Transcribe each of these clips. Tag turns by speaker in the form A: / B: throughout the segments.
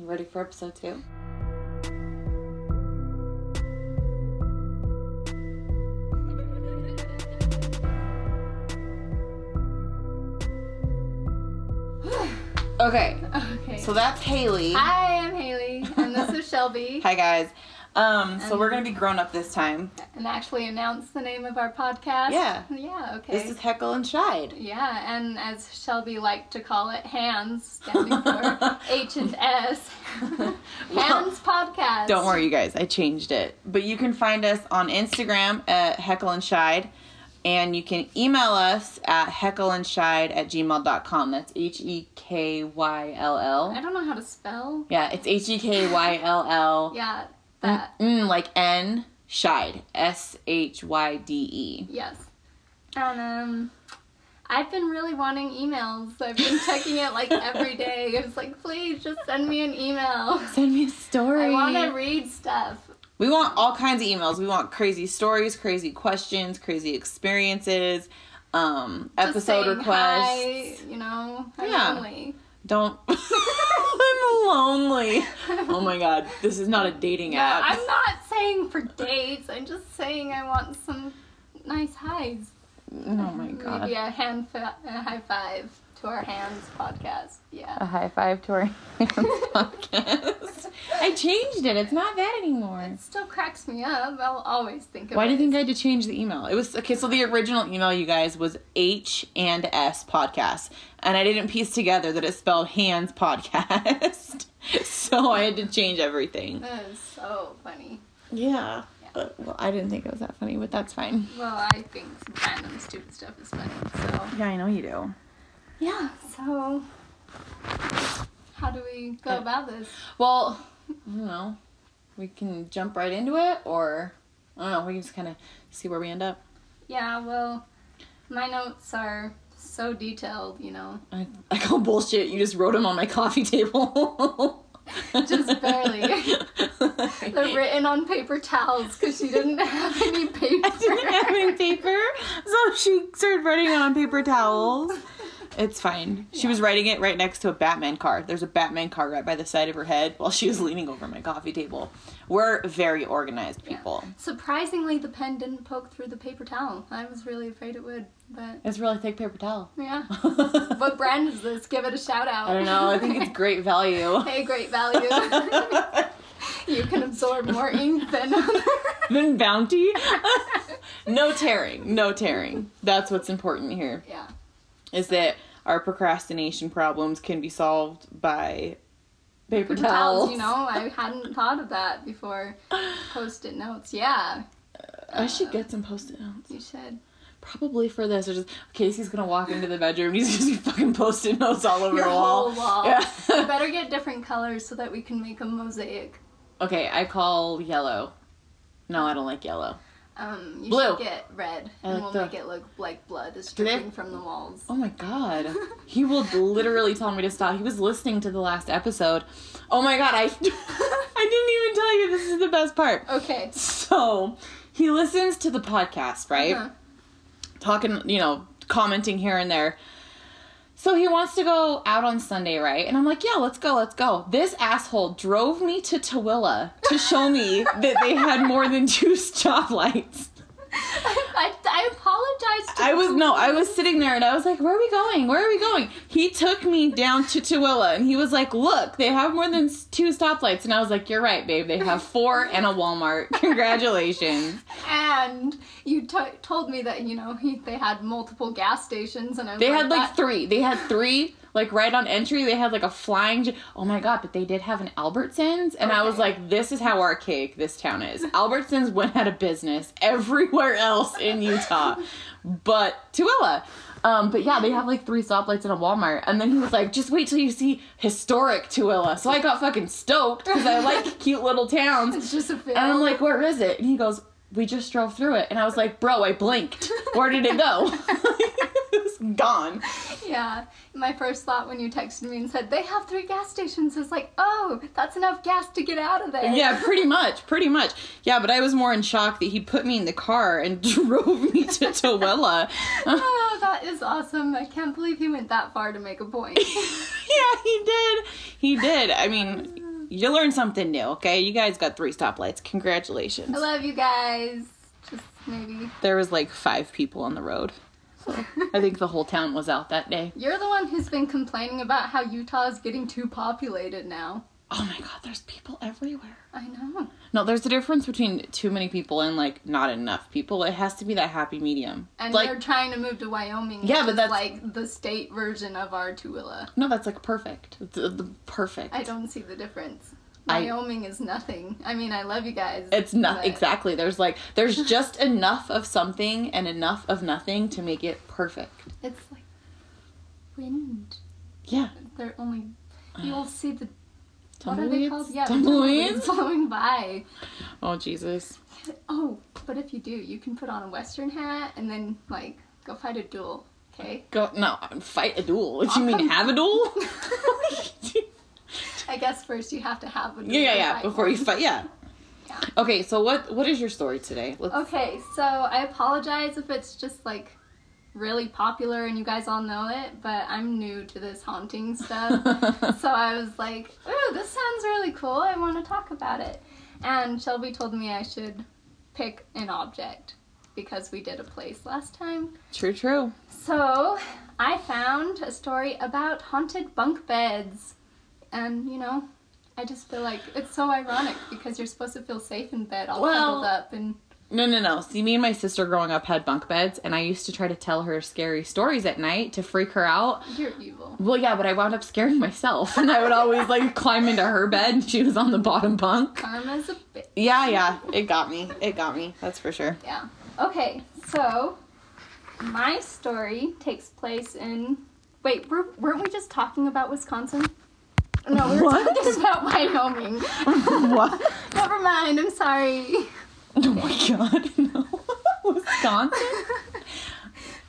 A: ready for episode two? okay,
B: Okay.
A: so that's Haley.
B: Hi, I'm Haley, and this is Shelby.
A: Hi, guys. Um, so
B: Um,
A: we're gonna be grown up this time.
B: And actually announce the name of our podcast.
A: Yeah.
B: Yeah, okay.
A: This is Heckle and Shide.
B: yeah, and as Shelby liked to call it, hands, standing for H and S. hands Podcast.
A: Don't worry, you guys. I changed it. But you can find us on Instagram at Heckle and Shide. And you can email us at heckleandshide at gmail.com. That's H E K Y L
B: I
A: L.
B: don't know how to spell.
A: Yeah, it's H E K Y L L.
B: Yeah, that.
A: Mm, like N, Shide. S H Y D E.
B: Yes. And um I've been really wanting emails. I've been checking it like every day. It's like, please just send me an email.
A: Send me a story.
B: I want to read stuff.
A: We want all kinds of emails. We want crazy stories, crazy questions, crazy experiences, um,
B: Just
A: episode
B: saying
A: requests.
B: Hi, you know, I'm
A: Yeah.
B: lonely.
A: Don't. I'm lonely. Oh my god, this is not a dating
B: No,
A: app.
B: I'm not saying for dates. I'm just saying I want some nice highs.
A: oh my god.
B: Maybe a hand, fi- a high five to our hands podcast.
A: A
B: Yeah.
A: high five to our podcast. I changed it. It's not that anymore.
B: It still cracks me up. I'll always think of
A: Why do you
B: it.
A: think I had to change the email? It was okay. So the original email, you guys, was H and S podcast, and I didn't piece together that it spelled hands podcast. So I had to change everything.
B: That is so funny.
A: Yeah. Uh, well, I didn't think it was that funny, but that's fine.
B: Well, I think some random stupid stuff is funny. So
A: Yeah, I know you do.
B: yeah. So how do we go about this?
A: Well, I don't know. We can jump right into it, or I don't know. We can just kind of see where we end up.
B: Yeah. Well, my notes are so detailed. You know,
A: I, I call bullshit. You just wrote them on my coffee table.
B: Just barely. they're
A: I
B: written on paper towels because she didn't have any paper.
A: didn't have any paper, so she started writing it on paper towels. It's fine. She was writing it right next to a Batman car. There's a Batman car right by the side of her head while she was leaning over my coffee table. We're very organized
B: Yeah.
A: people.
B: Surprisingly, the pen didn't poke through the paper towel. I was really afraid it would, but
A: It's really thick paper towel.
B: yeah. what brand is this? Give it a shout out.
A: I don't know. I think it's great value.
B: hey, great value. you can absorb more ink than other.
A: then bounty. no tearing. No tearing. That's what's important here.
B: Yeah.
A: Is that our procrastination problems can be solved by paper,
B: Paper
A: towels.
B: towels, you know, I hadn't thought of that before. Post it notes, yeah,
A: I should get some post-it notes.
B: you should.
A: Probably for this, or just Casey's gonna walk into the bedroom. He's gonna be fucking post-it notes all over
B: Your
A: the wall.
B: whole wall. You
A: Yeah.
B: better get different colors so that we can make a mosaic.
A: okay, I call yellow. No, I don't like yellow.
B: Um, you
A: Blue.
B: should get red,
A: I
B: and
A: like
B: we'll
A: the-
B: make it look like blood is
A: they-
B: dripping from the walls.
A: Oh my god. He will literally tell me to stop. He was listening to the last episode. Oh my god, I I didn't even tell you this is the best part.
B: Okay.
A: So, he listens to the podcast, right?
B: Uh-huh.
A: Talking, you know, commenting here and there. So he wants to go out on Sunday, right? And I'm like, yeah, let's go, let's go. This asshole drove me to Tooele to show me that they had more than two stoplights.
B: I, I apologize. To
A: I was
B: you.
A: no, I was sitting there and I was like, "Where are we going? Where are we going?" He took me down to Tooele and he was like, "Look, they have more than s- two stoplights." And I was like, "You're right, babe. They have four and a Walmart. Congratulations."
B: And you to told me that you know he, they had multiple gas stations, and I was
A: They had like
B: that-
A: three. They had three. Like right on entry, they had like a flying. J- oh my god! But they did have an Albertsons, and I was
B: Okay.
A: like, "This is how archaic this town is." Albertsons went out of business everywhere else in Utah, but Tooele. Um, but yeah, they have like three stoplights and a Walmart. And then he was like, "Just wait till you see historic Tooele." So I got fucking stoked because I like cute little towns.
B: it's just a film.
A: And I'm like, where is it? And he goes, we just drove through it. And I was like, bro, I blinked. Where did it go? it's gone.
B: Yeah, my first thought when you texted me and said they have three gas stations is like, oh, that's enough gas to get out of there.
A: Yeah, pretty much, pretty much. Yeah, but I was more in shock that he put me in the car and drove me to Tooele.
B: Oh, that is awesome. I can't believe he went that far to make a point.
A: yeah, he did. He did. I mean, you learn something new, okay? You guys got three stoplights. Congratulations.
B: I love you guys. Just maybe.
A: There was like five people on the road. I think the whole town was out that day.
B: You're the one who's been complaining about how Utah is getting too populated now.
A: Oh my god, there's people everywhere.
B: I know.
A: No, there's a difference between too many people and like not enough people. It has to be that happy medium.
B: And
A: like
B: they're trying to move to Wyoming.
A: Yeah,
B: which
A: but
B: is
A: that's-
B: like the state version of our Tooele.
A: no, that's like perfect. It's, uh, the perfect.
B: I don't see the difference.
A: I-
B: Wyoming is nothing. I mean, I love you guys.
A: It's not
B: but-
A: exactly. There's like there's just enough of something and enough of nothing to make it perfect.
B: It's like wind.
A: Yeah.
B: They're only. You'll see the. What are
A: Tumbleweeds.
B: they called? Yeah, the
A: Tumbleweeds.
B: blowing by.
A: Oh Jesus.
B: Oh, but if you do, you can put on a western hat and then like go fight a duel. Okay.
A: Go no, fight a duel. What do you mean have a duel?
B: I guess first you have to have a duel.
A: yeah, yeah,
B: to
A: yeah.
B: fight
A: Before
B: one.
A: you fight, yeah.
B: Yeah.
A: Okay, so what what is your story today? Let's,
B: Okay, so I apologize if it's just like really popular and you guys all know it, but I'm new to this haunting stuff. so I was like, ooh, this sounds really cool. I want to talk about it. And Shelby told me I should pick an object because we did a place last time.
A: True, true.
B: So I found a story about haunted bunk beds. And, you know, I just feel like it's so ironic because you're supposed to feel safe in bed all
A: Well-
B: cuddled up and.
A: No, no, no. See, me and my sister growing up had bunk beds, and I used to try to tell her scary stories at night to freak her out.
B: You're evil.
A: Well, yeah, but I wound up scaring myself, and I would always like climb into her bed, and she was on the bottom bunk.
B: Karma's a bitch.
A: Yeah, yeah, it got me. It got me. That's for sure.
B: Yeah. Okay, so my story takes place in. Wait, were, weren't we just talking about Wisconsin? No, we were
A: What?
B: talking about Wyoming.
A: what?
B: Never mind, I'm sorry.
A: Oh my god, no. Wisconsin?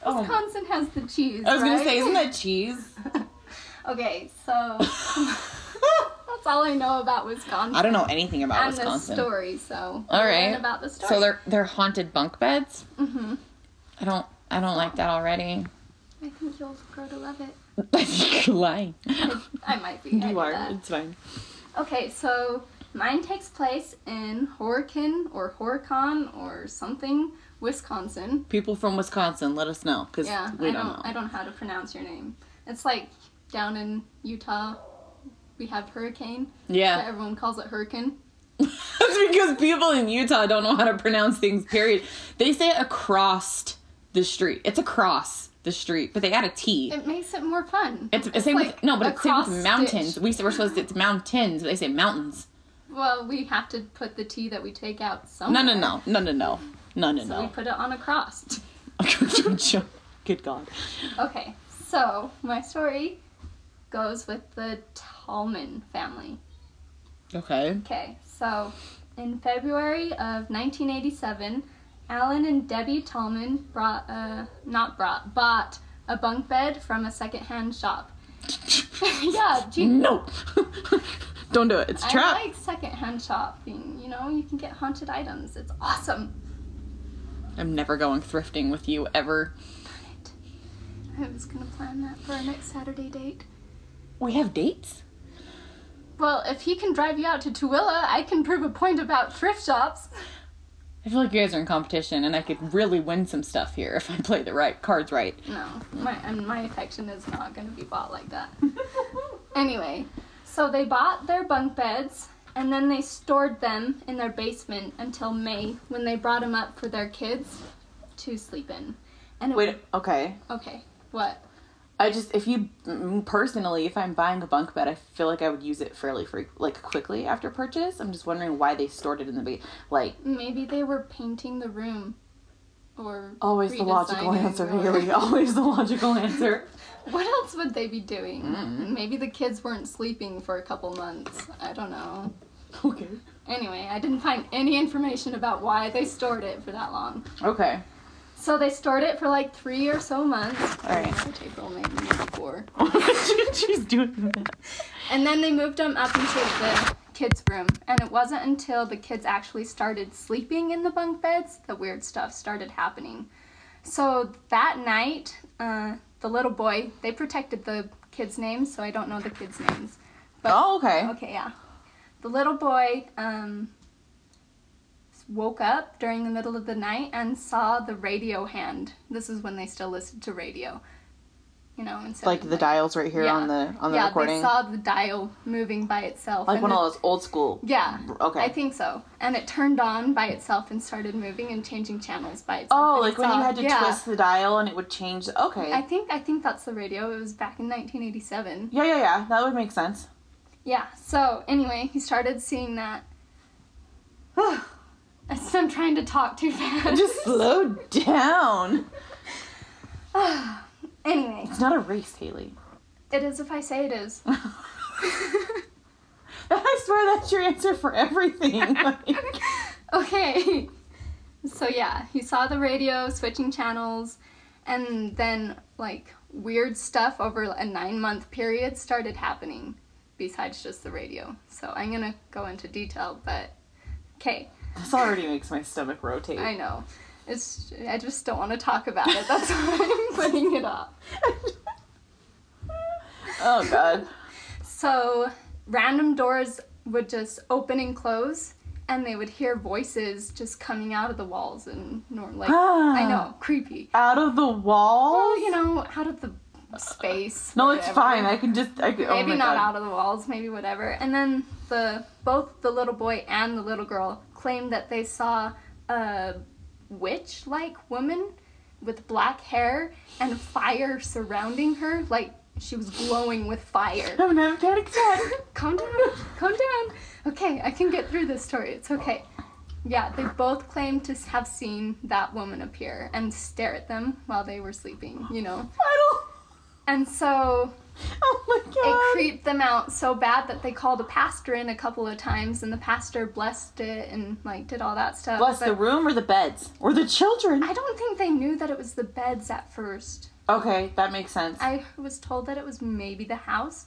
A: Oh. my-
B: Wisconsin has the cheese.
A: I was gonna
B: right?
A: say, isn't that cheese?
B: Okay, so
A: I
B: that's all I know about Wisconsin.
A: don't know anything about
B: and
A: Wisconsin.
B: the story, so.
A: All
B: we'll learn
A: right.
B: About the story.
A: So they're they're haunted bunk beds.
B: Mhm.
A: I don't I don't like that already.
B: I think you'll grow to love it.
A: I think you're lying.
B: I might be. I did
A: You are.
B: that.
A: It's fine.
B: Okay, so mine takes place in Horicon or Horicon or something, Wisconsin.
A: People from Wisconsin, let us know because
B: Yeah,
A: we
B: I
A: don't,
B: I don't know how to pronounce your name. It's like down in Utah, we have hurricane,
A: know.
B: but
A: Yeah,
B: everyone calls it hurricane.
A: that's because people in Utah don't know how to pronounce things. Period. They say across the street. It's across the street, but they got a T.
B: It makes it more fun.
A: It's, it's same
B: like
A: with no, but
B: a
A: it's same with
B: cross
A: mountains.
B: stitch.
A: We we're supposed to, it's mountains, but they say mountains.
B: Well, we have to put the T that we take out
A: No,
B: somewhere.
A: no, no, no, no, no, no, no,
B: So we
A: no.
B: put it on a cross.
A: Good God.
B: Okay, so my story goes with the Tallman family.
A: Okay.
B: Okay, so in February of 1987, Alan and Debbie Tallman brought a not brought bought a bunk bed from a secondhand shop. yeah, gee,
A: No. Don't do it. It's a
B: I
A: trap.
B: like secondhand shopping. You know, you can get haunted items. It's awesome.
A: I'm never going thrifting with you ever.
B: I was gonna plan that for our next Saturday date.
A: We have dates?
B: Well, if he can drive you out to Tooele, I can prove a point about thrift shops.
A: I feel like you guys are in competition and I could really win some stuff here if I play the right cards right.
B: No, my and my affection is not going to be bought like that. anyway, so they bought their bunk beds and then they stored them in their basement until May when they brought them up for their kids to sleep in. And it
A: Wait, okay.
B: okay, what?
A: I just if you mm, personally, if I'm buying a bunk bed, I feel like I would use it fairly free, like quickly after purchase. I'm just wondering why they stored it in the be- like
B: Maybe they were painting the room, or
A: always the logical
B: redesigning
A: answer,
B: or-
A: Haley. Always the logical answer.
B: What else would they be doing?
A: Mm-hmm.
B: Maybe the kids weren't sleeping for a couple months. I don't know.
A: Okay.
B: Anyway, I didn't find any information about why they stored it for that long.
A: Okay.
B: So they stored it for like three or so months.
A: All right.
B: March, April, May, maybe four.
A: She's doing that.
B: And then they moved them up into the kids' room. And it wasn't until the kids actually started sleeping in the bunk beds that weird stuff started happening. So that night, uh, the little boy, they protected the kids' names, so I don't know the kids' names.
A: Oh, okay.
B: Okay, yeah. the little boy um, woke up during the middle of the night and saw the radio hand. This is when they still listened to radio, you know, instead
A: Like
B: of,
A: the dials right here
B: Yeah.
A: on the on the
B: yeah,
A: recording.
B: they saw the dial moving by itself.
A: like
B: and
A: one
B: the-
A: of those old school.
B: yeah.
A: Okay.
B: I think so. And it turned on by itself and started moving and changing channels by itself.
A: Oh,
B: and
A: like
B: it
A: when you
B: saw-
A: had to
B: yeah.
A: twist the dial and it would change. Okay.
B: I think I think that's the radio. It was back in 1987.
A: yeah, yeah, yeah. That would make sense.
B: Yeah. So anyway, he started seeing that. I'm trying to talk too fast.
A: Just slow down.
B: anyway,
A: It's not a race, Haley.
B: it is if I say it is.
A: I swear that's your answer for everything. Like,
B: okay. So yeah, he saw the radio switching channels, and then like weird stuff over a nine month period started happening, besides just the radio. So I'm gonna go into detail, but okay.
A: this already makes my stomach rotate.
B: I know. It's I just don't want to talk about it. That's why I'm putting it off.
A: oh god.
B: So random doors would just open and close, and they would hear voices just coming out of the walls and nor like
A: Ah.
B: I know creepy.
A: Out of the
B: Well,
A: walls?
B: you know, out of the space.
A: No, it's
B: whatever.
A: fine. I can just. I can, oh
B: Maybe
A: my
B: not
A: God.
B: out of the walls, maybe whatever. And then the both the little boy and the little girl claimed that they saw a witch-like woman with black hair and fire surrounding her, like she was glowing with fire.
A: I'm gonna have a panic attack.
B: calm down, calm down. Okay, I can get through this story. It's okay. Yeah, they both claimed to have seen that woman appear and stare at them while they were sleeping, you know.
A: I don't.
B: And so
A: Oh my
B: it
A: god.
B: creeped them out so bad that they called a pastor in a couple of times and the pastor blessed it and like did all that stuff.
A: Bless
B: but
A: the room or the beds or the children.
B: I don't think they knew that it was the beds at first.
A: okay, that makes sense.
B: I was told that it was maybe the house,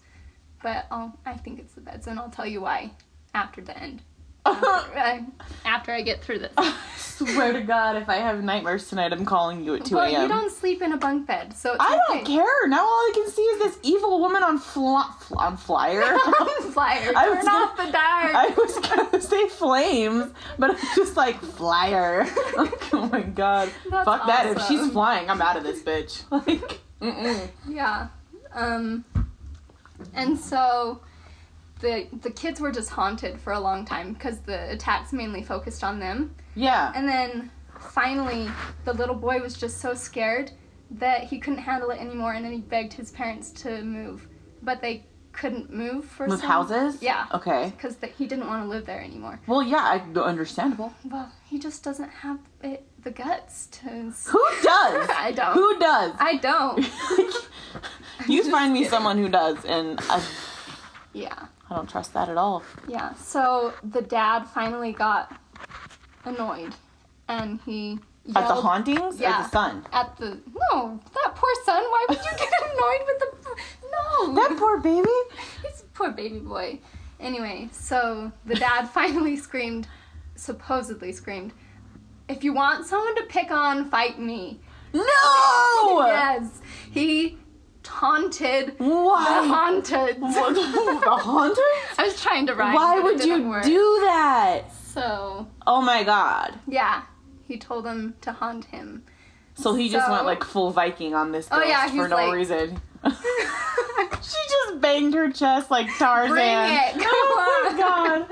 B: but i I think it's the beds and I'll tell you why after the end. After I, after I get through this.
A: Oh, Swear to God, if I have nightmares tonight, I'm calling you at 2
B: Well,
A: a.m.
B: you don't sleep in a bunk bed, so it's
A: I
B: okay.
A: don't care. Now all I can see is this evil woman on fly, fl- on flyer.
B: flyer.
A: I
B: Turn
A: was
B: off the dark.
A: I was gonna say flames, but I'm just like flyer. Like, oh my god,
B: That's
A: fuck that! If
B: awesome.
A: she's flying, I'm out of this bitch. Like, mm-mm.
B: Yeah. Um and so the the kids were just haunted for a long time because the attacks mainly focused on them.
A: yeah.
B: And then finally the little boy was just so scared that he couldn't handle it anymore and then he begged his parents to move, but they couldn't move for
A: Move
B: some-
A: houses.
B: Yeah.
A: Okay.
B: Because he didn't want to live there anymore.
A: Well, yeah, I, understandable.
B: Well, he just doesn't have it, the guts to. s-
A: Who does?
B: I don't.
A: Who does?
B: I don't.
A: you
B: just
A: find me
B: kidding.
A: someone who does, and I,
B: Yeah.
A: I don't trust that at all.
B: Yeah, so the dad finally got annoyed and he yelled
A: At the hauntings or
B: Yeah.
A: the son?
B: at the- no, that poor son, why would you get annoyed with the no
A: That poor baby.
B: He's a poor baby boy. Anyway, so the dad finally screamed, supposedly screamed, if you want someone to pick on, fight me.
A: No.
B: Yes. He taunted the
A: Why?
B: haunted.
A: What- the haunted?
B: I was trying to rhyme.
A: Why
B: but it
A: would you
B: didn't work.
A: do that?
B: so
A: Oh my god.
B: Yeah, he told them to haunt him.
A: So he just
B: So-
A: went like full Viking on this
B: Oh,
A: ghost
B: yeah,
A: for
B: he's
A: no
B: like-
A: reason. she just banged her chest like Tarzan.
B: Bring it, come
A: oh
B: on.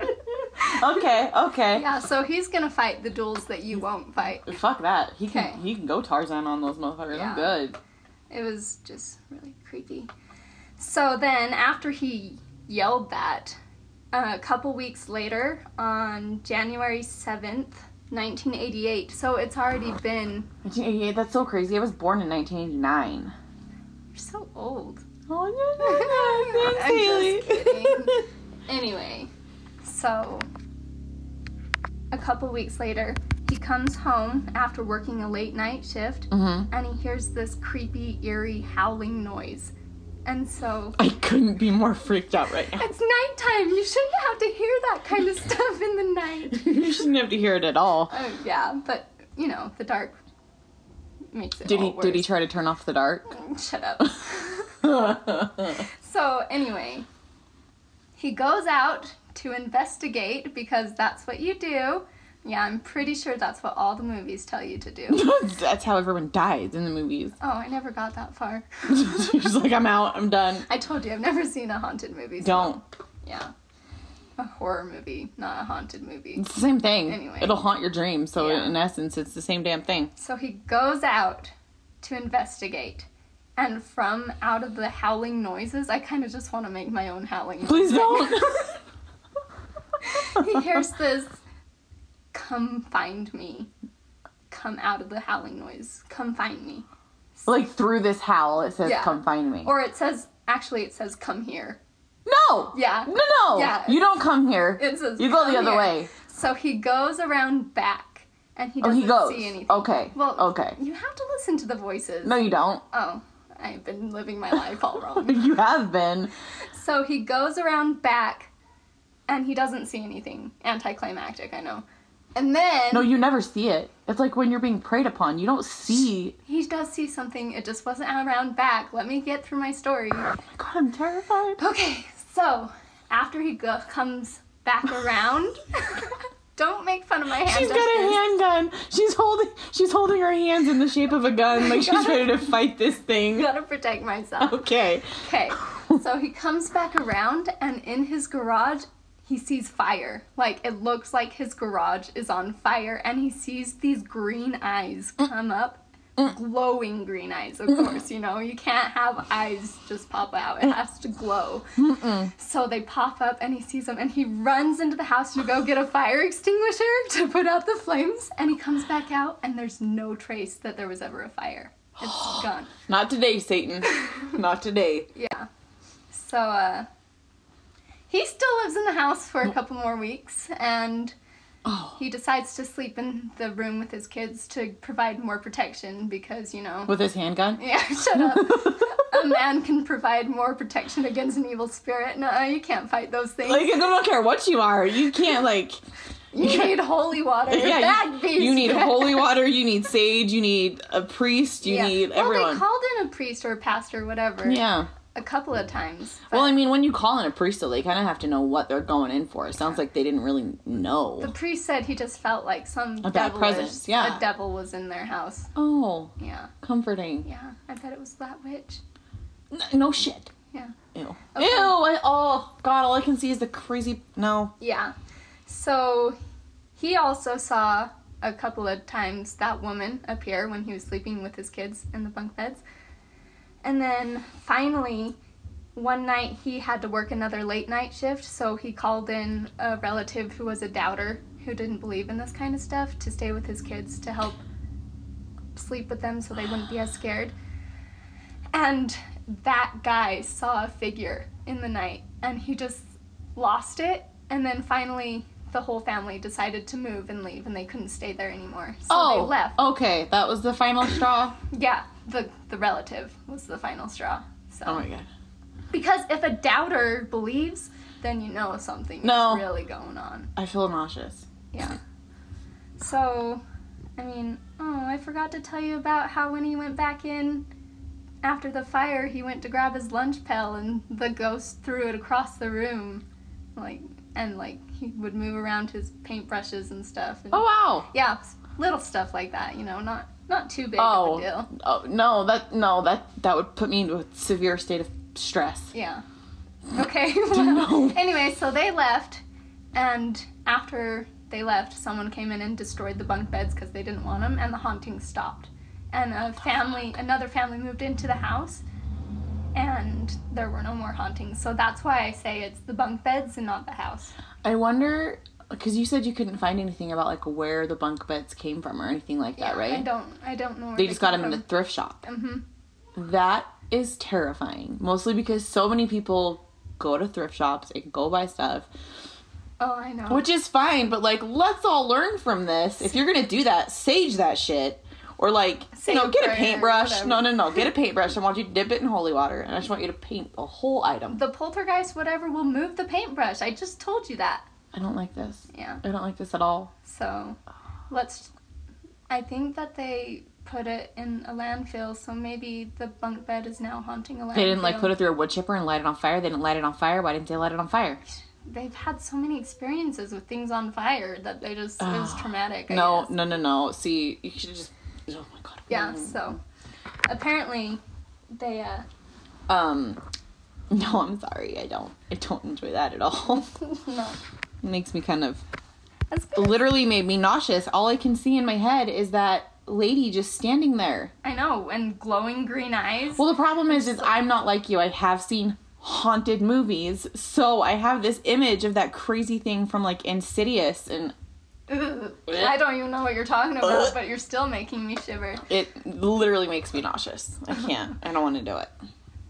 A: my god. okay, okay.
B: Yeah, so he's gonna fight the duels that you won't fight.
A: Fuck that. He can
B: Okay.
A: he can go Tarzan on those motherfuckers.
B: Yeah.
A: I'm good.
B: It was just really creepy. So then, after he yelled that, a couple weeks later, on January 7th, 1988, so it's already been.
A: 1988. That's so crazy. I was born in 1989.
B: You're so old.
A: Oh no! Thanks,
B: I'm
A: Haley.
B: just kidding. Anyway, so a couple weeks later, he comes home after working a late night shift
A: hmm
B: and he hears this creepy, eerie howling noise. And so
A: I couldn't be more freaked out right now.
B: it's nighttime. You shouldn't have to hear that kind of stuff in the night.
A: you shouldn't have to hear it at all.
B: Oh yeah, but you know the dark makes it.
A: Did he
B: all
A: did he
B: worse.
A: try to turn off the dark?
B: Shut up. so anyway, He goes out to investigate because that's what you do. Yeah, I'm pretty sure that's what all the movies tell you to do.
A: That's how everyone dies in the movies.
B: Oh, I never got that far.
A: She's like, I'm out, I'm done.
B: I told you, I've never seen a haunted movie. so-
A: Don't.
B: Yeah. A horror movie, not a haunted movie.
A: It's the same thing.
B: Anyway.
A: It'll haunt your dreams. So
B: Yeah.
A: in essence, it's the same damn thing.
B: So he goes out to investigate. And from out of the howling noises, I kind of just want to make my own howling noise.
A: Please don't.
B: he hears this come find me come out of the howling noise come find me
A: like through this howl, it says,
B: Yeah.
A: "Come find me."
B: or it says actually it says come here
A: no.
B: yeah
A: No, no.
B: Yeah.
A: You don't come here.
B: it says
A: you go the
B: "Come
A: other
B: here."
A: way.
B: so he goes around back and he
A: Oh,
B: doesn't
A: he goes.
B: see anything
A: Okay.
B: well
A: okay.
B: you have to listen to the voices
A: No, you don't.
B: oh i've been living my life all wrong
A: You have been.
B: so he goes around back and he doesn't see anything anticlimactic i know and then
A: No, you never see it. It's like when you're being preyed upon. You don't see.
B: He does see something, it just wasn't around back. Let me get through my story.
A: Oh my god, I'm terrified.
B: Okay, so after he go- comes back around, don't make fun of my hand.
A: She's got a
B: gestures.
A: handgun. She's holding. She's holding her hands in the shape of a gun, like she's
B: God.
A: ready to fight this thing.
B: Gotta protect myself.
A: Okay.
B: Okay, so he comes back around, and in his garage, he sees fire. Like, it looks like his garage is on fire, and he sees these green eyes come up. Glowing green eyes, of course. You know, you can't have eyes just pop out, it has to glow. So they pop up and he sees them and he runs into the house to go get a fire extinguisher to put out the flames. And he comes back out and there's no trace that there was ever a fire. It's gone.
A: Not today, Satan. Not today.
B: Yeah. So, uh, he still lives in the house for a couple more weeks and
A: Oh.
B: he decides to sleep in the room with his kids to provide more protection because, you know.
A: With his handgun?
B: Yeah, shut up. a man can provide more protection against an evil spirit. No, you can't fight those things.
A: Like, I don't care what you are. You can't, like,
B: You need holy water.
A: yeah,
B: Bad
A: you,
B: beast.
A: you need holy water, you need sage, you need a priest, you
B: Yeah.
A: need
B: Well,
A: everyone.
B: they called in a priest or a pastor, whatever.
A: yeah.
B: A couple of times. but
A: Well, I mean, when you call in a priest, though, they kind of have to know what they're going in for. It sounds like they didn't really
B: the
A: know.
B: priest said he just felt like some
A: A bad
B: devilish-
A: presence, yeah.
B: A devil was in their house.
A: Oh,
B: Yeah.
A: comforting.
B: Yeah. I bet it was that witch.
A: N- No shit.
B: Yeah.
A: Ew.
B: Okay.
A: Ew. I, oh, God, all I can see is the crazy. No.
B: Yeah. So he also saw a couple of times that woman appear when he was sleeping with his kids in the bunk beds. And then finally, one night he had to work another late night shift, so he called in a relative who was a doubter who didn't believe in this kind of stuff to stay with his kids to help sleep with them so they wouldn't be as scared. And that guy saw a figure in the night and he just lost it. And then finally, the whole family decided to move and leave and they couldn't stay there anymore. So
A: oh,
B: they left.
A: okay. That was the final straw.
B: Yeah, the, the relative was the final straw. So.
A: Oh, my God.
B: Because if a doubter believes, then you know something
A: No.
B: is really going on.
A: I feel nauseous.
B: Yeah. So, I mean, oh, I forgot to tell you about how when he went back in after the fire, he went to grab his lunch pail and the ghost threw it across the room. Like, and like, he would move around his paintbrushes and stuff. And,
A: Oh, wow.
B: Yeah, s- little stuff like that, you know, not not too big
A: Oh.
B: of a deal.
A: Oh no, that no, that that would put me into a severe state of stress.
B: Yeah. Okay. well,
A: No.
B: Anyway, so they left, and after they left, someone came in and destroyed the bunk beds because they didn't want them, and the haunting stopped. And a family, another family, moved into the house, and there were no more hauntings. So that's why I say it's the bunk beds and not the house.
A: I wonder because you said you couldn't find anything about like where the bunk beds came from or anything like that,
B: I
A: right?
B: don't, I don't know. Where
A: They just got
B: came
A: them in a thrift shop.
B: from. Mhm.
A: That is terrifying. Mostly because so many people go to thrift shops and go buy stuff,
B: Oh, I know.
A: which is fine. But like, let's all learn from this. If you're gonna do that, sage that shit. Or like,
B: Say
A: you
B: a
A: know, get a
B: prayer,
A: paintbrush.
B: whatever.
A: No, no, no. Get a paintbrush. I want you to dip it in holy water, and I just want you to paint the whole item.
B: the poltergeist, whatever, will move the paintbrush. I just told you that.
A: I don't like this.
B: Yeah.
A: I don't like this at all.
B: So let's. I think that they put it in a landfill, so maybe the bunk bed is now haunting a landfill.
A: They didn't like put it through a wood chipper and light it on fire. They didn't light it on fire. Why didn't they light it on fire?
B: They've had so many experiences with things on fire that they just it was traumatic. I
A: No,
B: guess.
A: no, no, no. See, you should just. Oh my god.
B: Yeah. So apparently, they uh,
A: Um. No, I'm sorry. I don't. I don't enjoy that at all.
B: no.
A: it makes me kind of.
B: That's good.
A: Literally made me nauseous. All I can see in my head is that lady just standing there.
B: I know, and glowing green eyes.
A: Well, the problem is, is I'm not like you. I have seen haunted movies, so I have this image of that crazy thing from like Insidious, and
B: Ugh. I don't even know what you're talking about, but you're still making me shiver.
A: it literally makes me nauseous. I can't. I don't want to do it.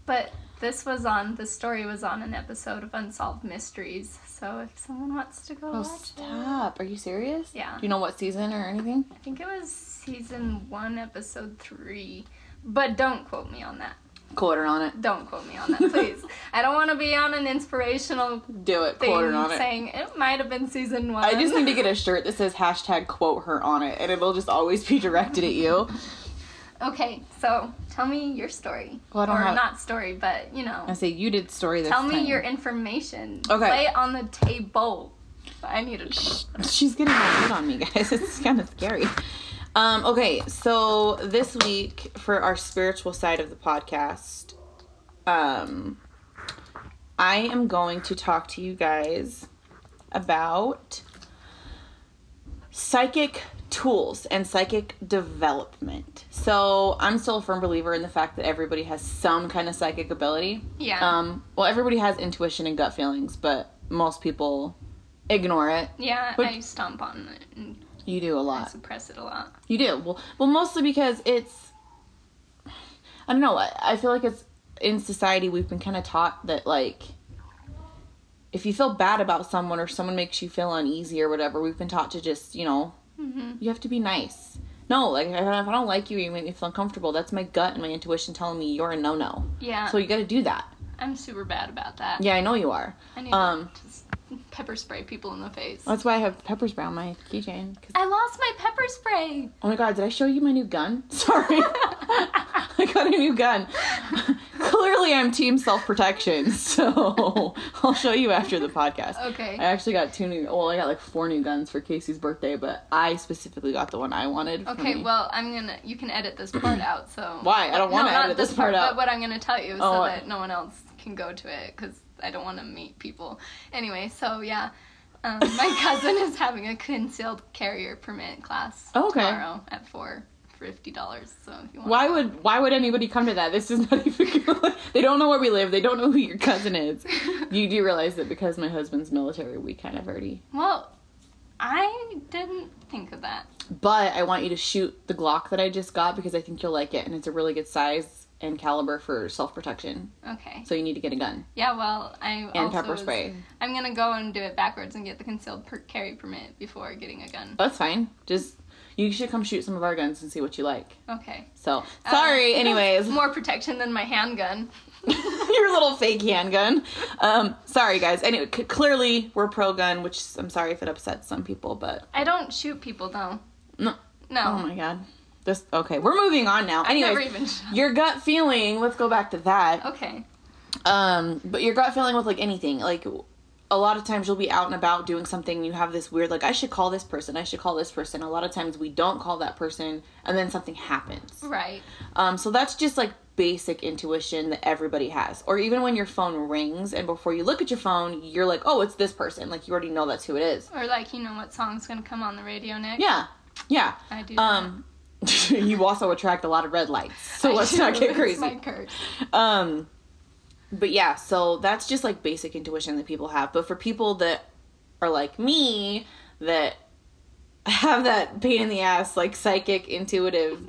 B: But this was on the story was on an episode of Unsolved Mysteries. So if someone wants to go
A: Oh,
B: watch it,
A: stop. Are you serious?
B: Yeah.
A: Do you know what season or anything?
B: I think it was season one, episode three. But don't quote me on that.
A: Quarter on it.
B: Don't quote me on that, please. I don't want to be on an inspirational
A: Do it.
B: thing
A: Quarter on it.
B: saying it might have been season one.
A: I just need to get a shirt that says hashtag quote her on it, and it'll just always be directed at you.
B: Okay, so tell me your story.
A: Well, I don't
B: or
A: have-
B: not story, but you know.
A: I say you did story this
B: Tell me
A: time.
B: your information.
A: Okay.
B: Lay it on the table. I need a.
A: She's getting my food on me, guys. It's kind of scary. Um, okay, so this week for our spiritual side of the podcast, um, I am going to talk to you guys about psychic tools and psychic development. So I'm still a firm believer in the fact that everybody has some kind of psychic ability.
B: Yeah.
A: Um, well, everybody has intuition and gut feelings, but most people ignore it.
B: yeah,
A: but-
B: I stomp on it and
A: You do a lot.
B: suppress it a lot.
A: You do. Well, well, mostly because it's. I don't know. I, I feel like it's in society we've been kind of taught that like. If you feel bad about someone or someone makes you feel uneasy or whatever, we've been taught to just you know, you have to be nice. No, like if I if I don't like you, or you make me feel uncomfortable. That's my gut and my intuition telling me you're a no no.
B: Yeah,
A: So you got to do that.
B: I'm super bad about that.
A: Yeah, I know you are.
B: I need
A: um,
B: to just pepper spray people in the face.
A: That's why I have pepper spray on my keychain. 'cause-
B: I lost my pepper spray.
A: Oh my god, did I show you my new gun? Sorry. I got a new gun. Clearly, I'm team self protection, so I'll show you after the podcast.
B: Okay.
A: I actually got two new, well, I got like four new guns for Casey's birthday, but I specifically got the one I wanted. for
B: Okay,
A: me.
B: well, I'm gonna. You can edit this part out. So
A: Why? I don't wanna
B: not
A: edit this part out.
B: But what I'm gonna tell you
A: Oh,
B: so
A: I-
B: that no one else can go to it because I don't want to meet people. Anyway, so yeah, um, my cousin is having a concealed carrier permit class
A: Oh, Okay.
B: tomorrow at four fifty dollars. So if you want,
A: Why would why would anybody come to that? This is not even. they don't know where we live. They don't know who your cousin is. You do realize that because my husband's military, we kind of already.
B: Well, I didn't think of that.
A: But I want you to shoot the Glock that I just got because I think you'll like it, and it's a really good size and caliber for self protection.
B: Okay.
A: So you need to get a gun
B: Yeah. Well, I
A: and
B: also
A: pepper
B: was-
A: spray.
B: I'm gonna go and do it backwards and get the concealed per- carry permit before getting a gun.
A: That's fine. Just you should come shoot some of our guns and see what you like.
B: Okay.
A: So sorry.
B: Um,
A: anyways,
B: More protection than my handgun.
A: your little fake handgun. Um, sorry guys. Anyway, c- clearly we're pro gun, which I'm sorry if it upsets some people, but
B: I don't shoot people though.
A: no. Oh
B: No.
A: my god. This okay. We're moving on now.
B: Never
A: Anyway,
B: even shot.
A: your gut feeling. Let's go back to that.
B: Okay.
A: Um, but your gut feeling with like anything, like a lot of times you'll be out and about doing something, you have this weird like I should call this person, I should call this person. A lot of times we don't call that person, and then something happens.
B: Right.
A: Um, so that's just like basic intuition that everybody has. Or even when your phone rings, and before you look at your phone, you're like, oh, it's this person. Like you already know that's who it is.
B: Or like you know what song's gonna come on the radio next.
A: Yeah, yeah.
B: I do.
A: Um, you also attract a lot of red lights, so
B: that.
A: let's not get
B: It's
A: crazy.
B: My curse.
A: Um, but yeah, so that's just like basic intuition that people have. But for people that are like me, that have that pain in the ass, like psychic, intuitive,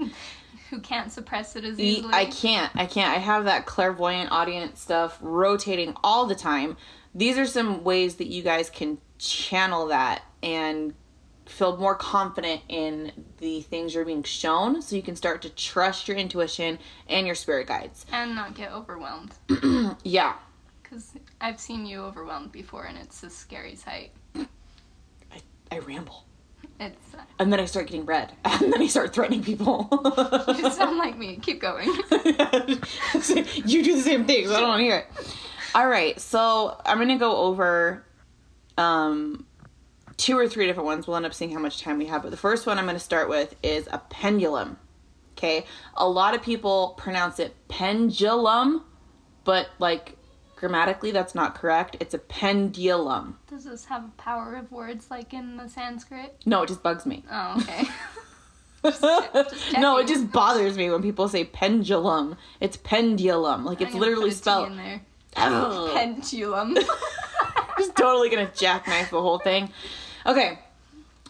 B: Who can't suppress it as
A: e-
B: easily?
A: I can't, I can't. I have that clairvoyant audience stuff rotating all the time. These are some ways that you guys can channel that and feel more confident in the things you're being shown so you can start to trust your intuition and your spirit guides.
B: And not get overwhelmed.
A: Yeah.
B: Because I've seen you overwhelmed before, and it's a scary sight.
A: I ramble.
B: It's uh,
A: And then I start getting red. And then I start threatening people.
B: you sound like me. Keep going.
A: you do the same thing, so I don't want to hear it. All right, so I'm going to go over um, two or three different ones. We'll end up seeing how much time we have. But the first one I'm going to start with is a pendulum. Okay, a lot of people pronounce it pendulum, but like grammatically, that's not correct. It's a pendulum.
B: Does this have a power of words like in the Sanskrit?
A: No, it just bugs me.
B: Oh, okay.
A: no,
B: checking.
A: it just bothers me when people say pendulum. It's pendulum. Like
B: I'm
A: it's
B: gonna
A: literally
B: put a T
A: spelled Oh.
B: in there.
A: Ugh.
B: Pendulum.
A: just totally gonna jackknife the whole thing. Okay,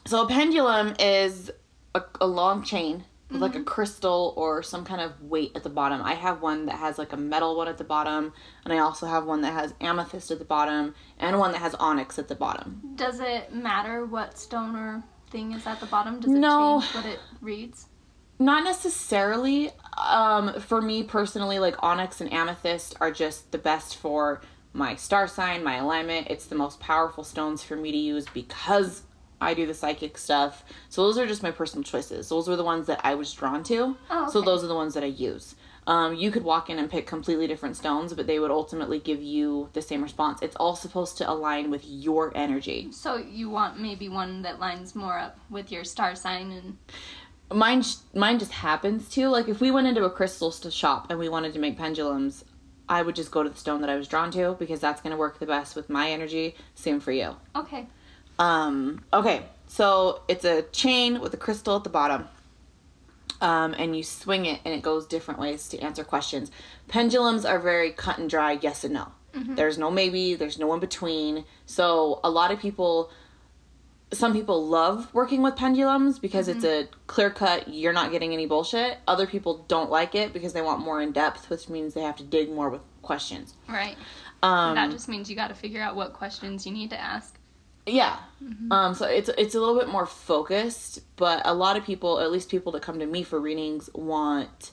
A: so a pendulum is a, a long chain with
B: Mm-hmm.
A: like a crystal or some kind of weight at the bottom. I have one that has like a metal one at the bottom, and I also have one that has amethyst at the bottom, and one that has onyx at the bottom.
B: Does it matter what stone or thing is at the bottom? Does it
A: No.
B: change what it reads?
A: Not necessarily. Um, for me personally, like onyx and amethyst are just the best for my star sign, my alignment. It's the most powerful stones for me to use because I do the psychic stuff. So those are just my personal choices. Those were the ones that I was drawn to.
B: Oh,
A: So
B: okay.
A: those are the ones that I use. Um, you could walk in and pick completely different stones, but they would ultimately give you the same response. It's all supposed to align with your energy.
B: So you want maybe one that lines more up with your star sign and
A: mine sh- mine just happens to like if we went into a crystal st- shop and we wanted to make pendulums i would just go to the stone that i was drawn to because that's going to work the best with my energy same for you
B: okay.
A: um okay so it's a chain with a crystal at the bottom um, and you swing it and it goes different ways to answer questions pendulums are very cut and dry yes and no there's no maybe there's no in between so a lot of people some people love working with pendulums because it's a clear cut, you're not getting any bullshit. Other people don't like it because they want more in depth, which means they have to dig more with questions.
B: Right.
A: Um,
B: that just means you got to figure out what questions you need to ask.
A: Yeah. Um, so it's it's a little bit more focused, but a lot of people, at least people that come to me for readings, want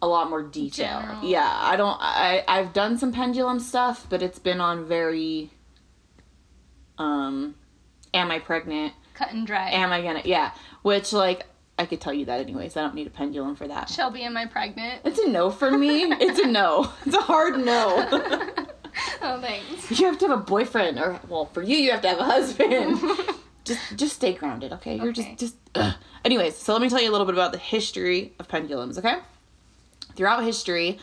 A: a lot more detail.
B: General.
A: Yeah, I don't. I I've done some pendulum stuff, but it's been on very. Um, am I pregnant?
B: Cut and dry.
A: Am I gonna? Yeah, which like I could tell you that anyways. I don't need a pendulum for that.
B: Shelby, am I pregnant?
A: It's a no for me. it's a no. It's a hard no.
B: oh, thanks.
A: you have to have a boyfriend or well for you you have to have a husband just just stay grounded okay you're
B: Okay.
A: just just ugh. anyways so let me tell you a little bit about the history of pendulums okay throughout history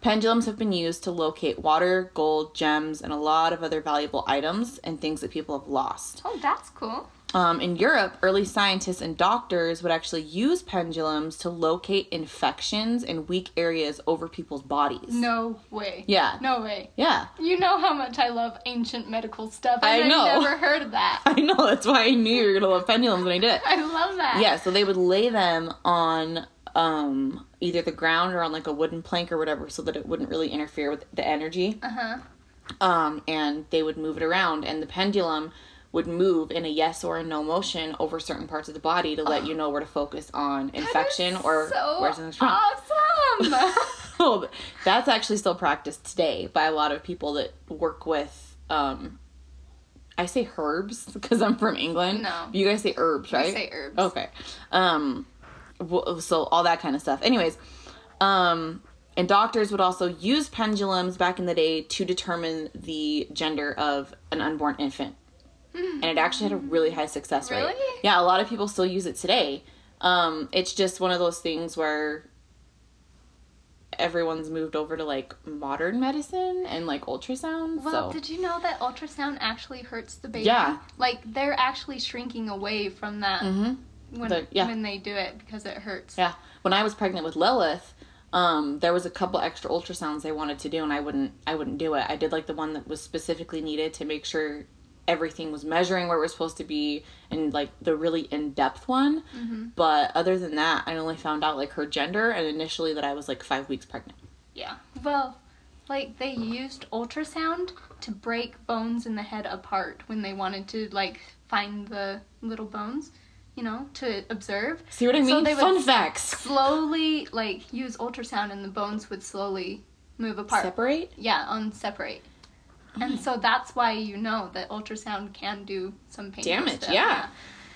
A: pendulums have been used to locate water gold gems and a lot of other valuable items and things that people have lost
B: Oh, that's cool.
A: um, in Europe, early scientists and doctors would actually use pendulums to locate infections in weak areas over people's bodies.
B: No way.
A: Yeah.
B: No way.
A: Yeah.
B: You know how much I love ancient medical stuff.
A: I
B: I've
A: know.
B: never heard of that.
A: I know. That's why I knew you were going to love pendulums when I did it.
B: I love that.
A: Yeah, so they would lay them on um, either the ground or on like a wooden plank or whatever so that it wouldn't really interfere with the energy.
B: Uh huh.
A: Um, and they would move it around, and the pendulum would move in a yes or a no motion over certain parts of the body to let you know where to focus on infection or
B: so
A: where something's from.
B: Awesome.
A: Oh, that's actually still practiced today by a lot of people that work with. Um, I say herbs because I'm from England.
B: No.
A: you guys say herbs, right?
B: I say herbs.
A: Okay. Um, w- so all that kind of stuff. Anyways, um, and doctors would also use pendulums back in the day to determine the gender of an unborn infant. And it actually had a really high success rate.
B: Hmm. Really?
A: Yeah, a lot of people still use it today. Um, it's just one of those things where everyone's moved over to like modern medicine and like ultrasound.
B: Well,
A: so
B: did you know that ultrasound actually hurts the baby?
A: Yeah.
B: Like they're actually shrinking away from that
A: Mm-hmm.
B: when
A: The- yeah.
B: when they do it because it hurts.
A: Yeah. When I was pregnant with Lilith, um, there was a couple extra ultrasounds they wanted to do, and I wouldn't. I wouldn't do it. I did like the one that was specifically needed to make sure everything was measuring where it was supposed to be, and like the really in depth one.
B: Mm-hmm.
A: But other than that, I only found out like her gender, and initially that I was like five weeks pregnant.
B: Yeah. Well, like they used ultrasound to break bones in the head apart when they wanted to like find the little bones, you know, to observe.
A: See what I
B: So
A: mean?
B: they would
A: Fun facts.
B: Slowly, like use ultrasound and the bones would slowly move apart.
A: Separate. Mm.
B: yeah, on separate. and so that's why you know that ultrasound can do some pain
A: Damage,
B: stuff,
A: yeah.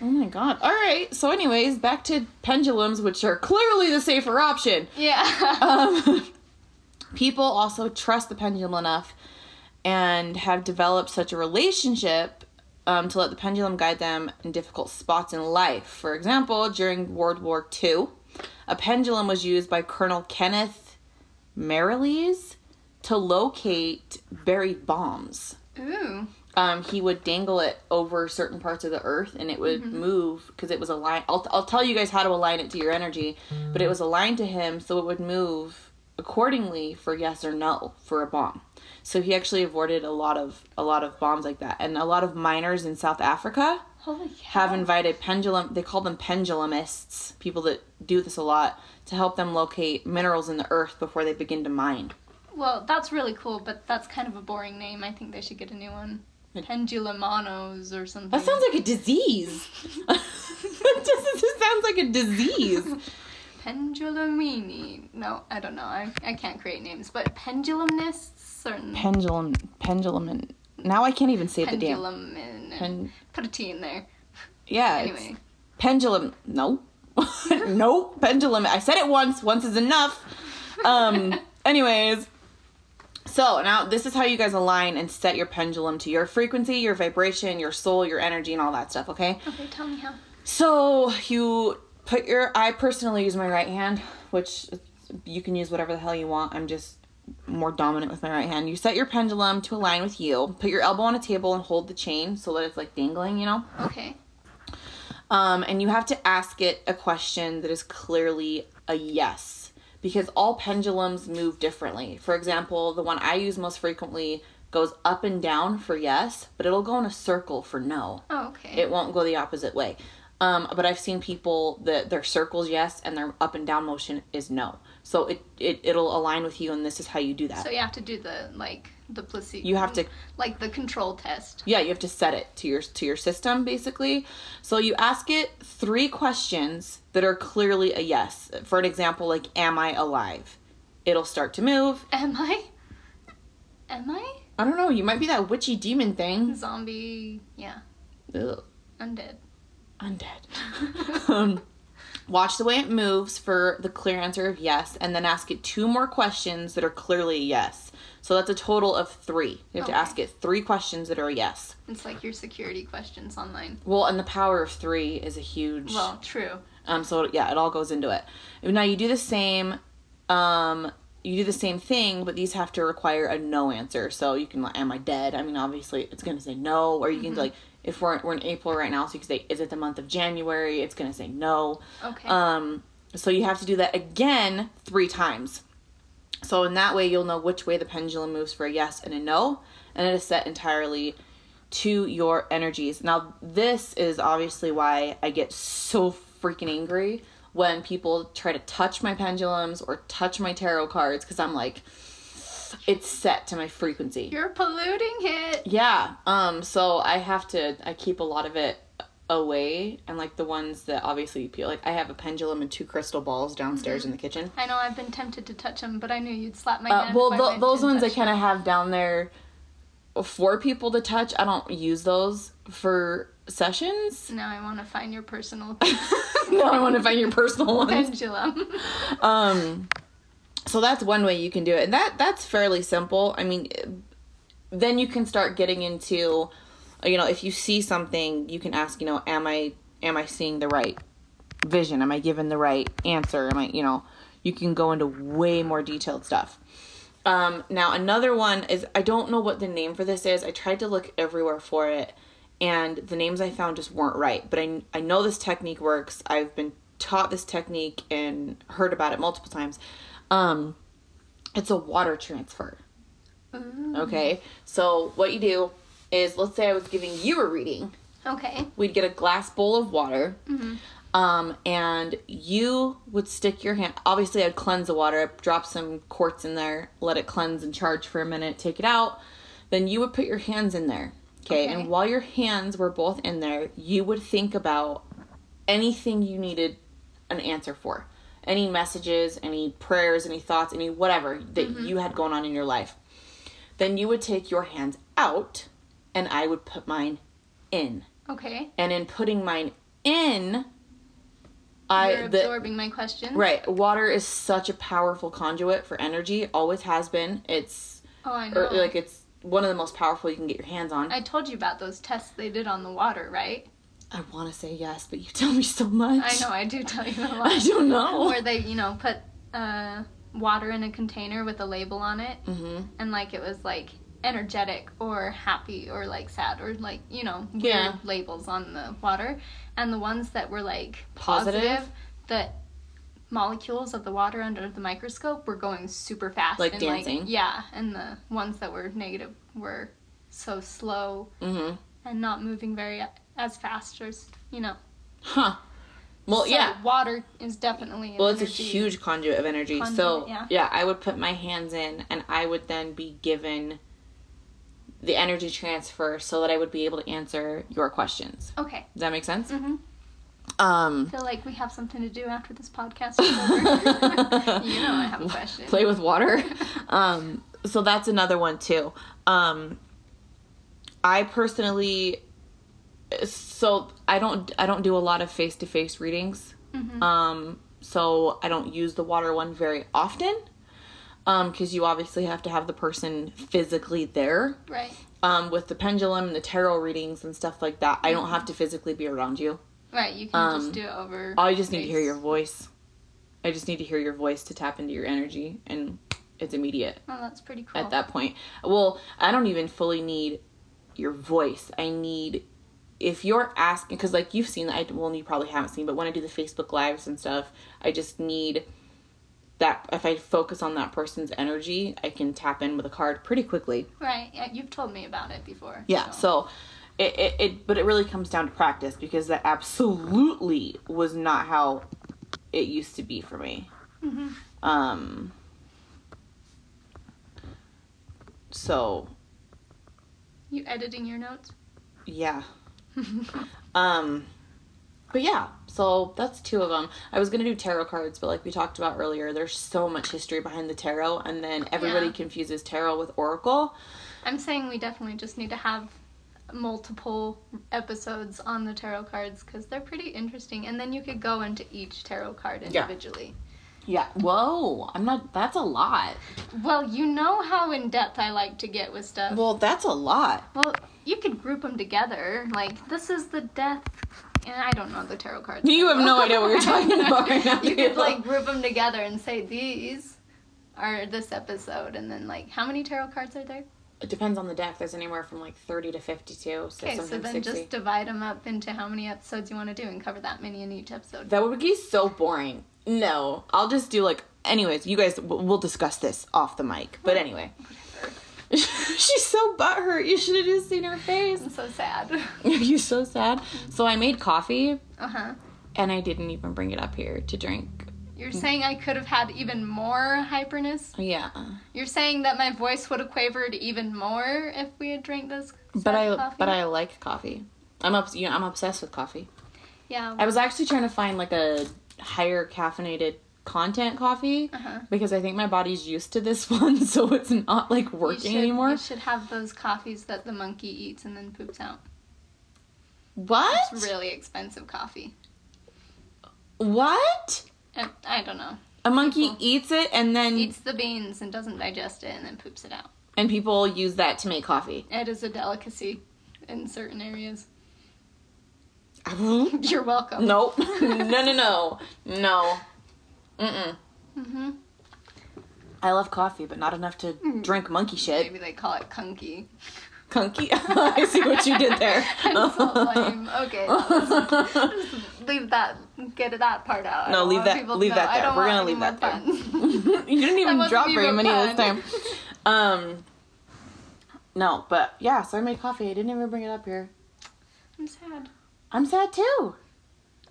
A: Oh my god. All right. So, anyways, back to pendulums, which are clearly the safer option.
B: Yeah.
A: Um, people also trust the pendulum enough and have developed such a relationship um, to let the pendulum guide them in difficult spots in life. For example, during World War II, a pendulum was used by Colonel Kenneth Merrilies to locate buried bombs
B: Ooh.
A: um, he would dangle it over certain parts of the earth and it would move because it was aligned. I'll, I'll tell you guys how to align it to your energy, but it was aligned to him so it would move accordingly for yes or no for a bomb. So he actually avoided a lot of a lot of bombs like that, and a lot of miners in South Africa
B: Holy cow.
A: have invited pendulum they call them pendulumists people that do this a lot to help them locate minerals in the earth before they begin to mine
B: Well, that's really cool, but that's kind of a boring name. I think they should get a new one. Pendulumanos or something.
A: That sounds like a disease. that just, just sounds like a disease.
B: Pendulumini. No, I don't know. I, I can't create names, but pendulumnists certain
A: Pendulum, pendulum, and now I can't even say the
B: pendulum and,
A: damn. Pen,
B: put a T in there.
A: yeah, it's
B: Anyway,
A: pendulum. No, no, pendulum. I said it once. Once is enough. Um. anyways, so now this is how you guys align and set your pendulum to your frequency, your vibration, your soul, your energy, and all that stuff. Okay.
B: okay, tell me how.
A: So you put your. I personally use my right hand, which you can use whatever the hell you want. I'm just more dominant with my right hand. You set your pendulum to align with you. Put your elbow on a table and hold the chain so that it's like dangling, you know.
B: Okay.
A: Um, and you have to ask it a question that is clearly a yes because all pendulums move differently. For example, the one I use most frequently goes up and down for yes, but it'll go in a circle for no
B: Oh, okay.
A: it won't go the opposite way. Um, but I've seen people that their circles yes and their up and down motion is no. So it, it it'll align with you and this is how you do that.
B: so you have to do the like the placebo.
A: You have to-
B: like the control test.
A: yeah, you have to set it to your to your system basically. So you ask it three questions that are clearly a yes. For an example, like am I alive? It'll start to move.
B: Am I? Am I
A: I don't know, you might be that witchy demon thing.
B: zombie? Yeah,
A: Ugh.
B: undead.
A: undead. um, watch the way it moves for the clear answer of yes, and then ask it two more questions that are clearly a yes. So that's a total of three. You have
B: Okay.
A: to ask it three questions that are a yes.
B: It's like your security questions online.
A: Well, and the power of three is a huge.
B: Well, true.
A: Um, so yeah, it all goes into it. Now you do the same, um, you do the same thing, but these have to require a no answer. So you can like, am I dead? I mean, obviously it's gonna say no, or you
B: Mm-hmm.
A: can like, if we're we're in April right now, so you can say, is it the month of January? It's gonna say no.
B: Okay.
A: Um, so you have to do that again three times. So in that way, you'll know which way the pendulum moves for a yes and a no, and it is set entirely to your energies. Now, this is obviously why I get so freaking angry when people try to touch my pendulums or touch my tarot cards because I'm like, it's set to my frequency.
B: You're polluting it.
A: Yeah. Um. So I have to. I keep a lot of it away, and like the ones that obviously peel. Like I have a pendulum and two crystal balls downstairs in the kitchen.
B: I know I've been tempted to touch them, but I knew you'd slap my
A: Uh,
B: hand.
A: well,
B: if I
A: tho-
B: went
A: those
B: Mm-hmm. and
A: ones I
B: touched
A: kind of have down there for people to touch. I don't use those for sessions.
B: them. Now I want to find your personal
A: no, I want to find your personal ones.
B: pendulum.
A: Um. So that's one way you can do it, and that that's fairly simple. I mean, then you can start getting into you know if you see something you can ask you know am i am i seeing the right vision am i given the right answer am i you know you can go into way more detailed stuff um now another one is i don't know what the name for this is i tried to look everywhere for it and the names i found just weren't right but i i know this technique works i've been taught this technique and heard about it multiple times um it's a water transfer
B: Ooh.
A: Okay. So what you do is, let's say I was giving you a reading,
B: Okay.
A: we'd get a glass bowl of water, um, and you would stick your hand. Obviously, I'd cleanse the water, drop some quartz in there, let it cleanse and charge for a minute, take it out. Then you would put your hands in there. Okay.
B: Okay.
A: And while your hands were both in there, you would think about anything you needed an answer for. Any messages, any prayers, any thoughts, any whatever that you had going on in your life then you would take your hands out and I would put mine in.
B: Okay.
A: And in putting mine in, I
B: You're
A: the,
B: absorbing my question.
A: right water is such a powerful conduit for energy. Always has been. It's
B: Oh, I know.
A: or, like it's one of the most powerful you can get your hands on. I,
B: I told you about those tests they did on the water, right?
A: want to say yes, but you tell me so much.
B: I know I do tell you a lot.
A: I don't know.
B: Where they, you know, put uh, water in a container with a label on it,
A: hmm
B: and like it was like energetic or happy or like sad or like you know weird
A: Yeah.
B: labels on the water, and the ones that were like
A: Positive?
B: positive the molecules of the water under the microscope were going super fast,
A: Like
B: and
A: dancing?
B: yeah, and the ones that were negative were so slow
A: hmm
B: and not moving very as fast as you know.
A: Huh. Well,
B: So
A: yeah.
B: water is definitely. an
A: Well, it's a
B: energy.
A: huge conduit of energy. so
B: Conduit, yeah.
A: I would put my hands in, and I would then be given the energy transfer, so that I would be able to answer your questions.
B: Okay.
A: Does that make sense?
B: Mm-hmm.
A: Um.
B: feel like we have something to do after this podcast is over. you know I have a question.
A: Play with water. um. So that's another one too. Um. I personally, so I don't I don't do a lot of face to face readings.
B: Mhm.
A: Um, so I don't use the water one very often because you obviously have to have the person physically there.
B: Right.
A: Um, with the pendulum and the tarot readings and stuff like that, I don't have to physically be around you.
B: Right. You can
A: Um,
B: just do it over.
A: I just need to hear
B: face.
A: your voice. I just need to hear your voice to tap into your energy, and it's immediate
B: Oh, that's pretty cool.
A: at that point. Well, I don't even fully need your voice. I need if you're asking because like you've seen I well you probably haven't seen, but when I do the Facebook lives and stuff, I just need that if I focus on that person's energy, I can tap in with a card pretty quickly.
B: Right. Yeah, you've told me about it before.
A: Yeah, so it, it, it but it really comes down to practice because that absolutely was not how it used to be for me. Mm-hmm.
B: Mhm.
A: Um so
B: You editing your notes?
A: yeah. Um but yeah, so that's two of them. I was going to do tarot cards, but like we talked about earlier, there's so much history behind the tarot and then everybody
B: Yeah.
A: confuses tarot with oracle.
B: I'm saying we definitely just need to have multiple episodes on the tarot cards because they're pretty interesting and then you could go into each tarot card
A: Yeah.
B: individually
A: Yeah. Whoa, I'm not that's a lot.
B: well you know how in-depth i like to get with stuff
A: Well, that's a lot.
B: Well, you could group them together. Like this is the death, and I don't know the tarot cards.
A: You have no idea what you're talking about right now,
B: You
A: do you?
B: could like group them together and say these are this episode, and then like how many tarot cards are there?
A: It depends on the deck. There's anywhere from like 30 to 52, so
B: Okay, so
A: sometimes
B: then
A: 60.
B: just divide them up into how many episodes you want to do and cover that many in each episode.
A: That would be so boring. No, I'll just do like. Anyways, you guys, we'll we'll discuss this off the mic. But anyway, she's so butthurt. You should have just seen her face.
B: I'm so sad.
A: You're so sad. So I made coffee,
B: Uh huh.
A: and I didn't even bring it up here to drink.
B: You're saying I could have had even more hyperness.
A: Yeah,
B: You're saying that my voice would have quavered even more if we had drank this.
A: but I
B: coffee?
A: but I like coffee. I'm up. You know, I'm obsessed with coffee.
B: yeah.
A: I was actually trying to find like a higher caffeinated content coffee
B: Uh-huh.
A: because I think my body's used to this one, so it's not like working
B: you should,
A: anymore.
B: You should have those coffees that the monkey eats and then poops out.
A: What?
B: It's really expensive coffee.
A: What?
B: And I don't know.
A: A monkey
B: People.
A: eats it and then
B: Eats the beans and doesn't digest it and then poops it out.
A: and people use that to make coffee.
B: It is a delicacy in certain areas.
A: nope.
B: You're welcome.
A: No, no, no, no. Mm-mm.
B: hmm
A: I love coffee, but not enough to drink monkey shit.
B: Mm. Maybe they call it kunky.
A: Kunky. I see what you did there. Oh.
B: I'm so lame. Okay. Leave that. Get that part out. I
A: No,
B: don't
A: leave
B: want
A: that-
B: people to
A: leave
B: know.
A: that
B: I
A: there.
B: don't
A: We're
B: want
A: gonna leave
B: any
A: that
B: more
A: you
B: fun.
A: didn't
B: That
A: even
B: wasn't
A: drop very
B: even
A: many this time.
B: fun.
A: Um. No, but yeah, so I made coffee. I didn't even bring it up here.
B: I'm sad.
A: I'm sad too.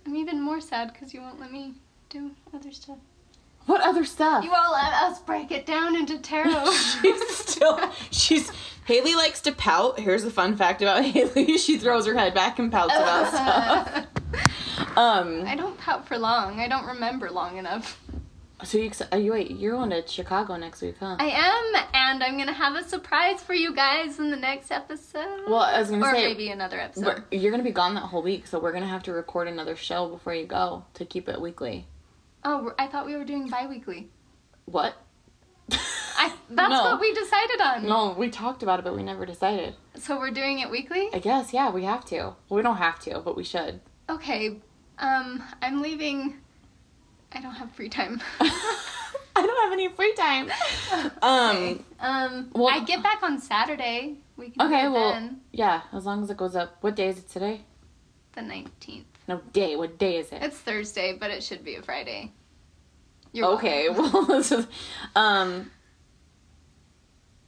B: I'm even more sad because you won't let me do other stuff.
A: What other stuff?
B: You won't let us break it down into tarot.
A: she's still she's Haley likes to pout. Here's a fun fact about Haley. She throws her head back and pouts about stuff.
B: I
A: Um
B: don't pout for long. I don't remember long enough.
A: So you are you wait, you're going to Chicago next week, huh?
B: I am, and I'm gonna have a surprise for you guys in the next episode.
A: well, I was gonna
B: or
A: say
B: maybe another episode.
A: we're- you're gonna be gone that whole week, so we're gonna have to record another show before you go to keep it weekly.
B: Oh, we're- I thought we were doing bi-weekly.
A: What?
B: I, that's
A: No.
B: what we decided on.
A: No, we talked about it, but we never decided.
B: So we're doing it weekly?
A: I guess yeah, we have to. Well, we don't have to, but we should.
B: Okay. Um, I'm leaving. I don't have free time.
A: Um, I don't have any free time. Um.
B: um,
A: Well-
B: I get back on Saturday. We can do
A: Okay.
B: it
A: Well.
B: then,
A: Yeah. As long as it goes up. What day is it today?
B: the 19th.
A: No day. What day is it?
B: It's Thursday, but it should be a Friday. You're
A: Okay.
B: welcome.
A: Well. this is- um.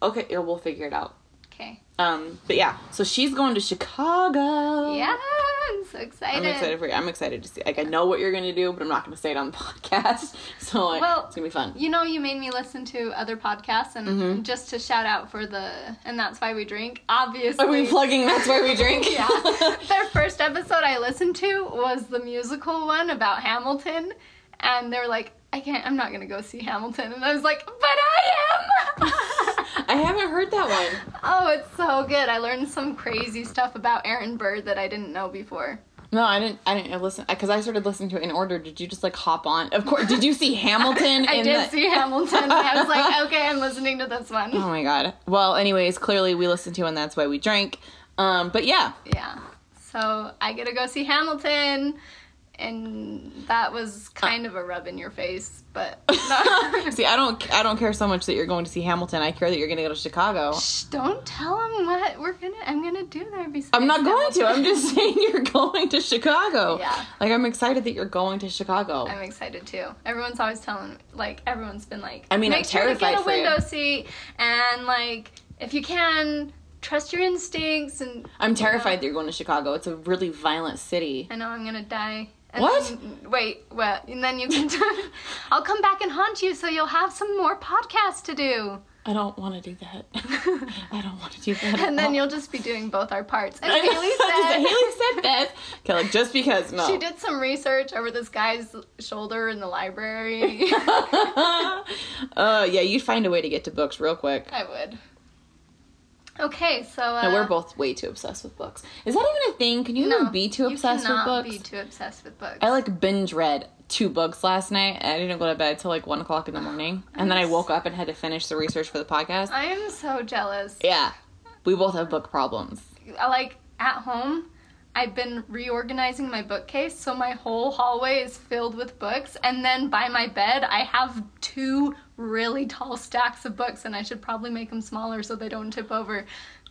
A: Okay. yeah, We'll figure it out.
B: Okay.
A: Um. But yeah. So she's going to Chicago.
B: Yeah, I'm so excited.
A: I'm excited for you. I'm excited to see. Like I know what you're gonna do, but I'm not gonna say it on the podcast. So like,
B: Well,
A: it's gonna be fun.
B: You know, you made me listen to other podcasts, and
A: Mhm.
B: just to shout out for the, and that's why we drink. Obviously,
A: Are we plugging? That's where we drink.
B: yeah. Their first episode I listened to was the musical one about Hamilton, and they're like, I can't, I'm not gonna go see Hamilton. And I was like, but I am!
A: I haven't heard that one.
B: oh, it's so good. I learned some crazy stuff about Aaron Burr that I didn't know before.
A: No, I didn't. I didn't listen because I started listening to it in order. Did you just like hop on? Of course. Did you see Hamilton?
B: I
A: in
B: did
A: the-
B: see Hamilton, and I was like, okay, I'm listening to this one.
A: Oh my god. Well, anyways, clearly we listened to, and that's why we drank. Um, but yeah,
B: Yeah. So I get to go see Hamilton, and that was kind of a rub in your face, but
A: see, I don't, I don't care so much that you're going to see Hamilton. I care that you're going to go to Chicago.
B: Shh, don't tell them what we're gonna. I'm gonna do there. Besides
A: I'm not going to. I'm
B: Hamilton.
A: just saying you're going to Chicago.
B: Yeah.
A: Like I'm excited that you're going to Chicago.
B: I'm excited too. Everyone's always telling, like, everyone's been like,
A: I mean, I'm
B: make sure to
A: terrified
B: get a
A: for you."
B: window seat, and like, if you can, trust your instincts. And
A: I'm terrified that you're going to Chicago. It's a really violent city.
B: I know I'm gonna die. And
A: What?
B: then- wait, what? And then you can. I'll come back and haunt you, so you'll have some more podcasts to do.
A: I don't want to do that. I don't want to do that.
B: And then
A: you.
B: you'll just be doing both our parts. And
A: I know.
B: Haley said,
A: Haley said this. Okay, like just because no.
B: She did some research over this guy's shoulder in the library.
A: uh, yeah, you'd find a way to get to books real quick.
B: I would. Okay, so uh,
A: No, we're both way too obsessed with books. Is that even a thing? Can you
B: no,
A: even be too obsessed
B: you
A: with
B: cannot
A: books?
B: Be too obsessed with books.
A: I like binge read two books last night. and I didn't go to bed till like one o'clock in the morning, and then I woke up and had to finish the research for the podcast.
B: I am so jealous.
A: Yeah, we both have book problems.
B: I like at home. I've been reorganizing my bookcase, so my whole hallway is filled with books. And then by my bed, I have two really tall stacks of books, and I should probably make them smaller so they don't tip over.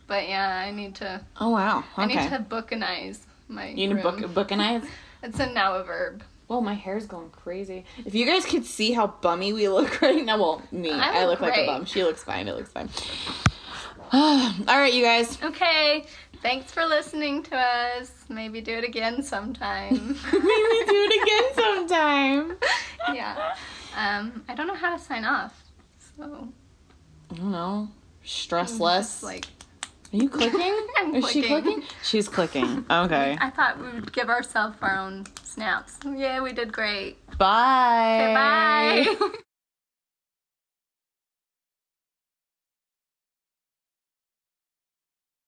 B: But yeah, I need to.
A: Oh wow. Okay.
B: I need to bookenize my.
A: you need a book
B: room.
A: book and eyes.
B: It's a now a verb.
A: Well, my hair's going crazy. If you guys could see how bummy we look right now, well, me,
B: I
A: I look
B: look
A: like a
B: great.
A: bum. She looks fine. It looks fine. All right, you guys.
B: Okay. Thanks for listening to us. Maybe do it again sometime.
A: Maybe do it again sometime.
B: yeah. Um, I don't know how to sign off. So
A: I don't know. Stress
B: I'm
A: less.
B: just like
A: Are you clicking?
B: I'm
A: Is she
B: clicking.
A: clicking? She's clicking. Okay.
B: I thought we would give ourselves our own snaps. Yeah, we did great.
A: Bye.
B: Okay, bye.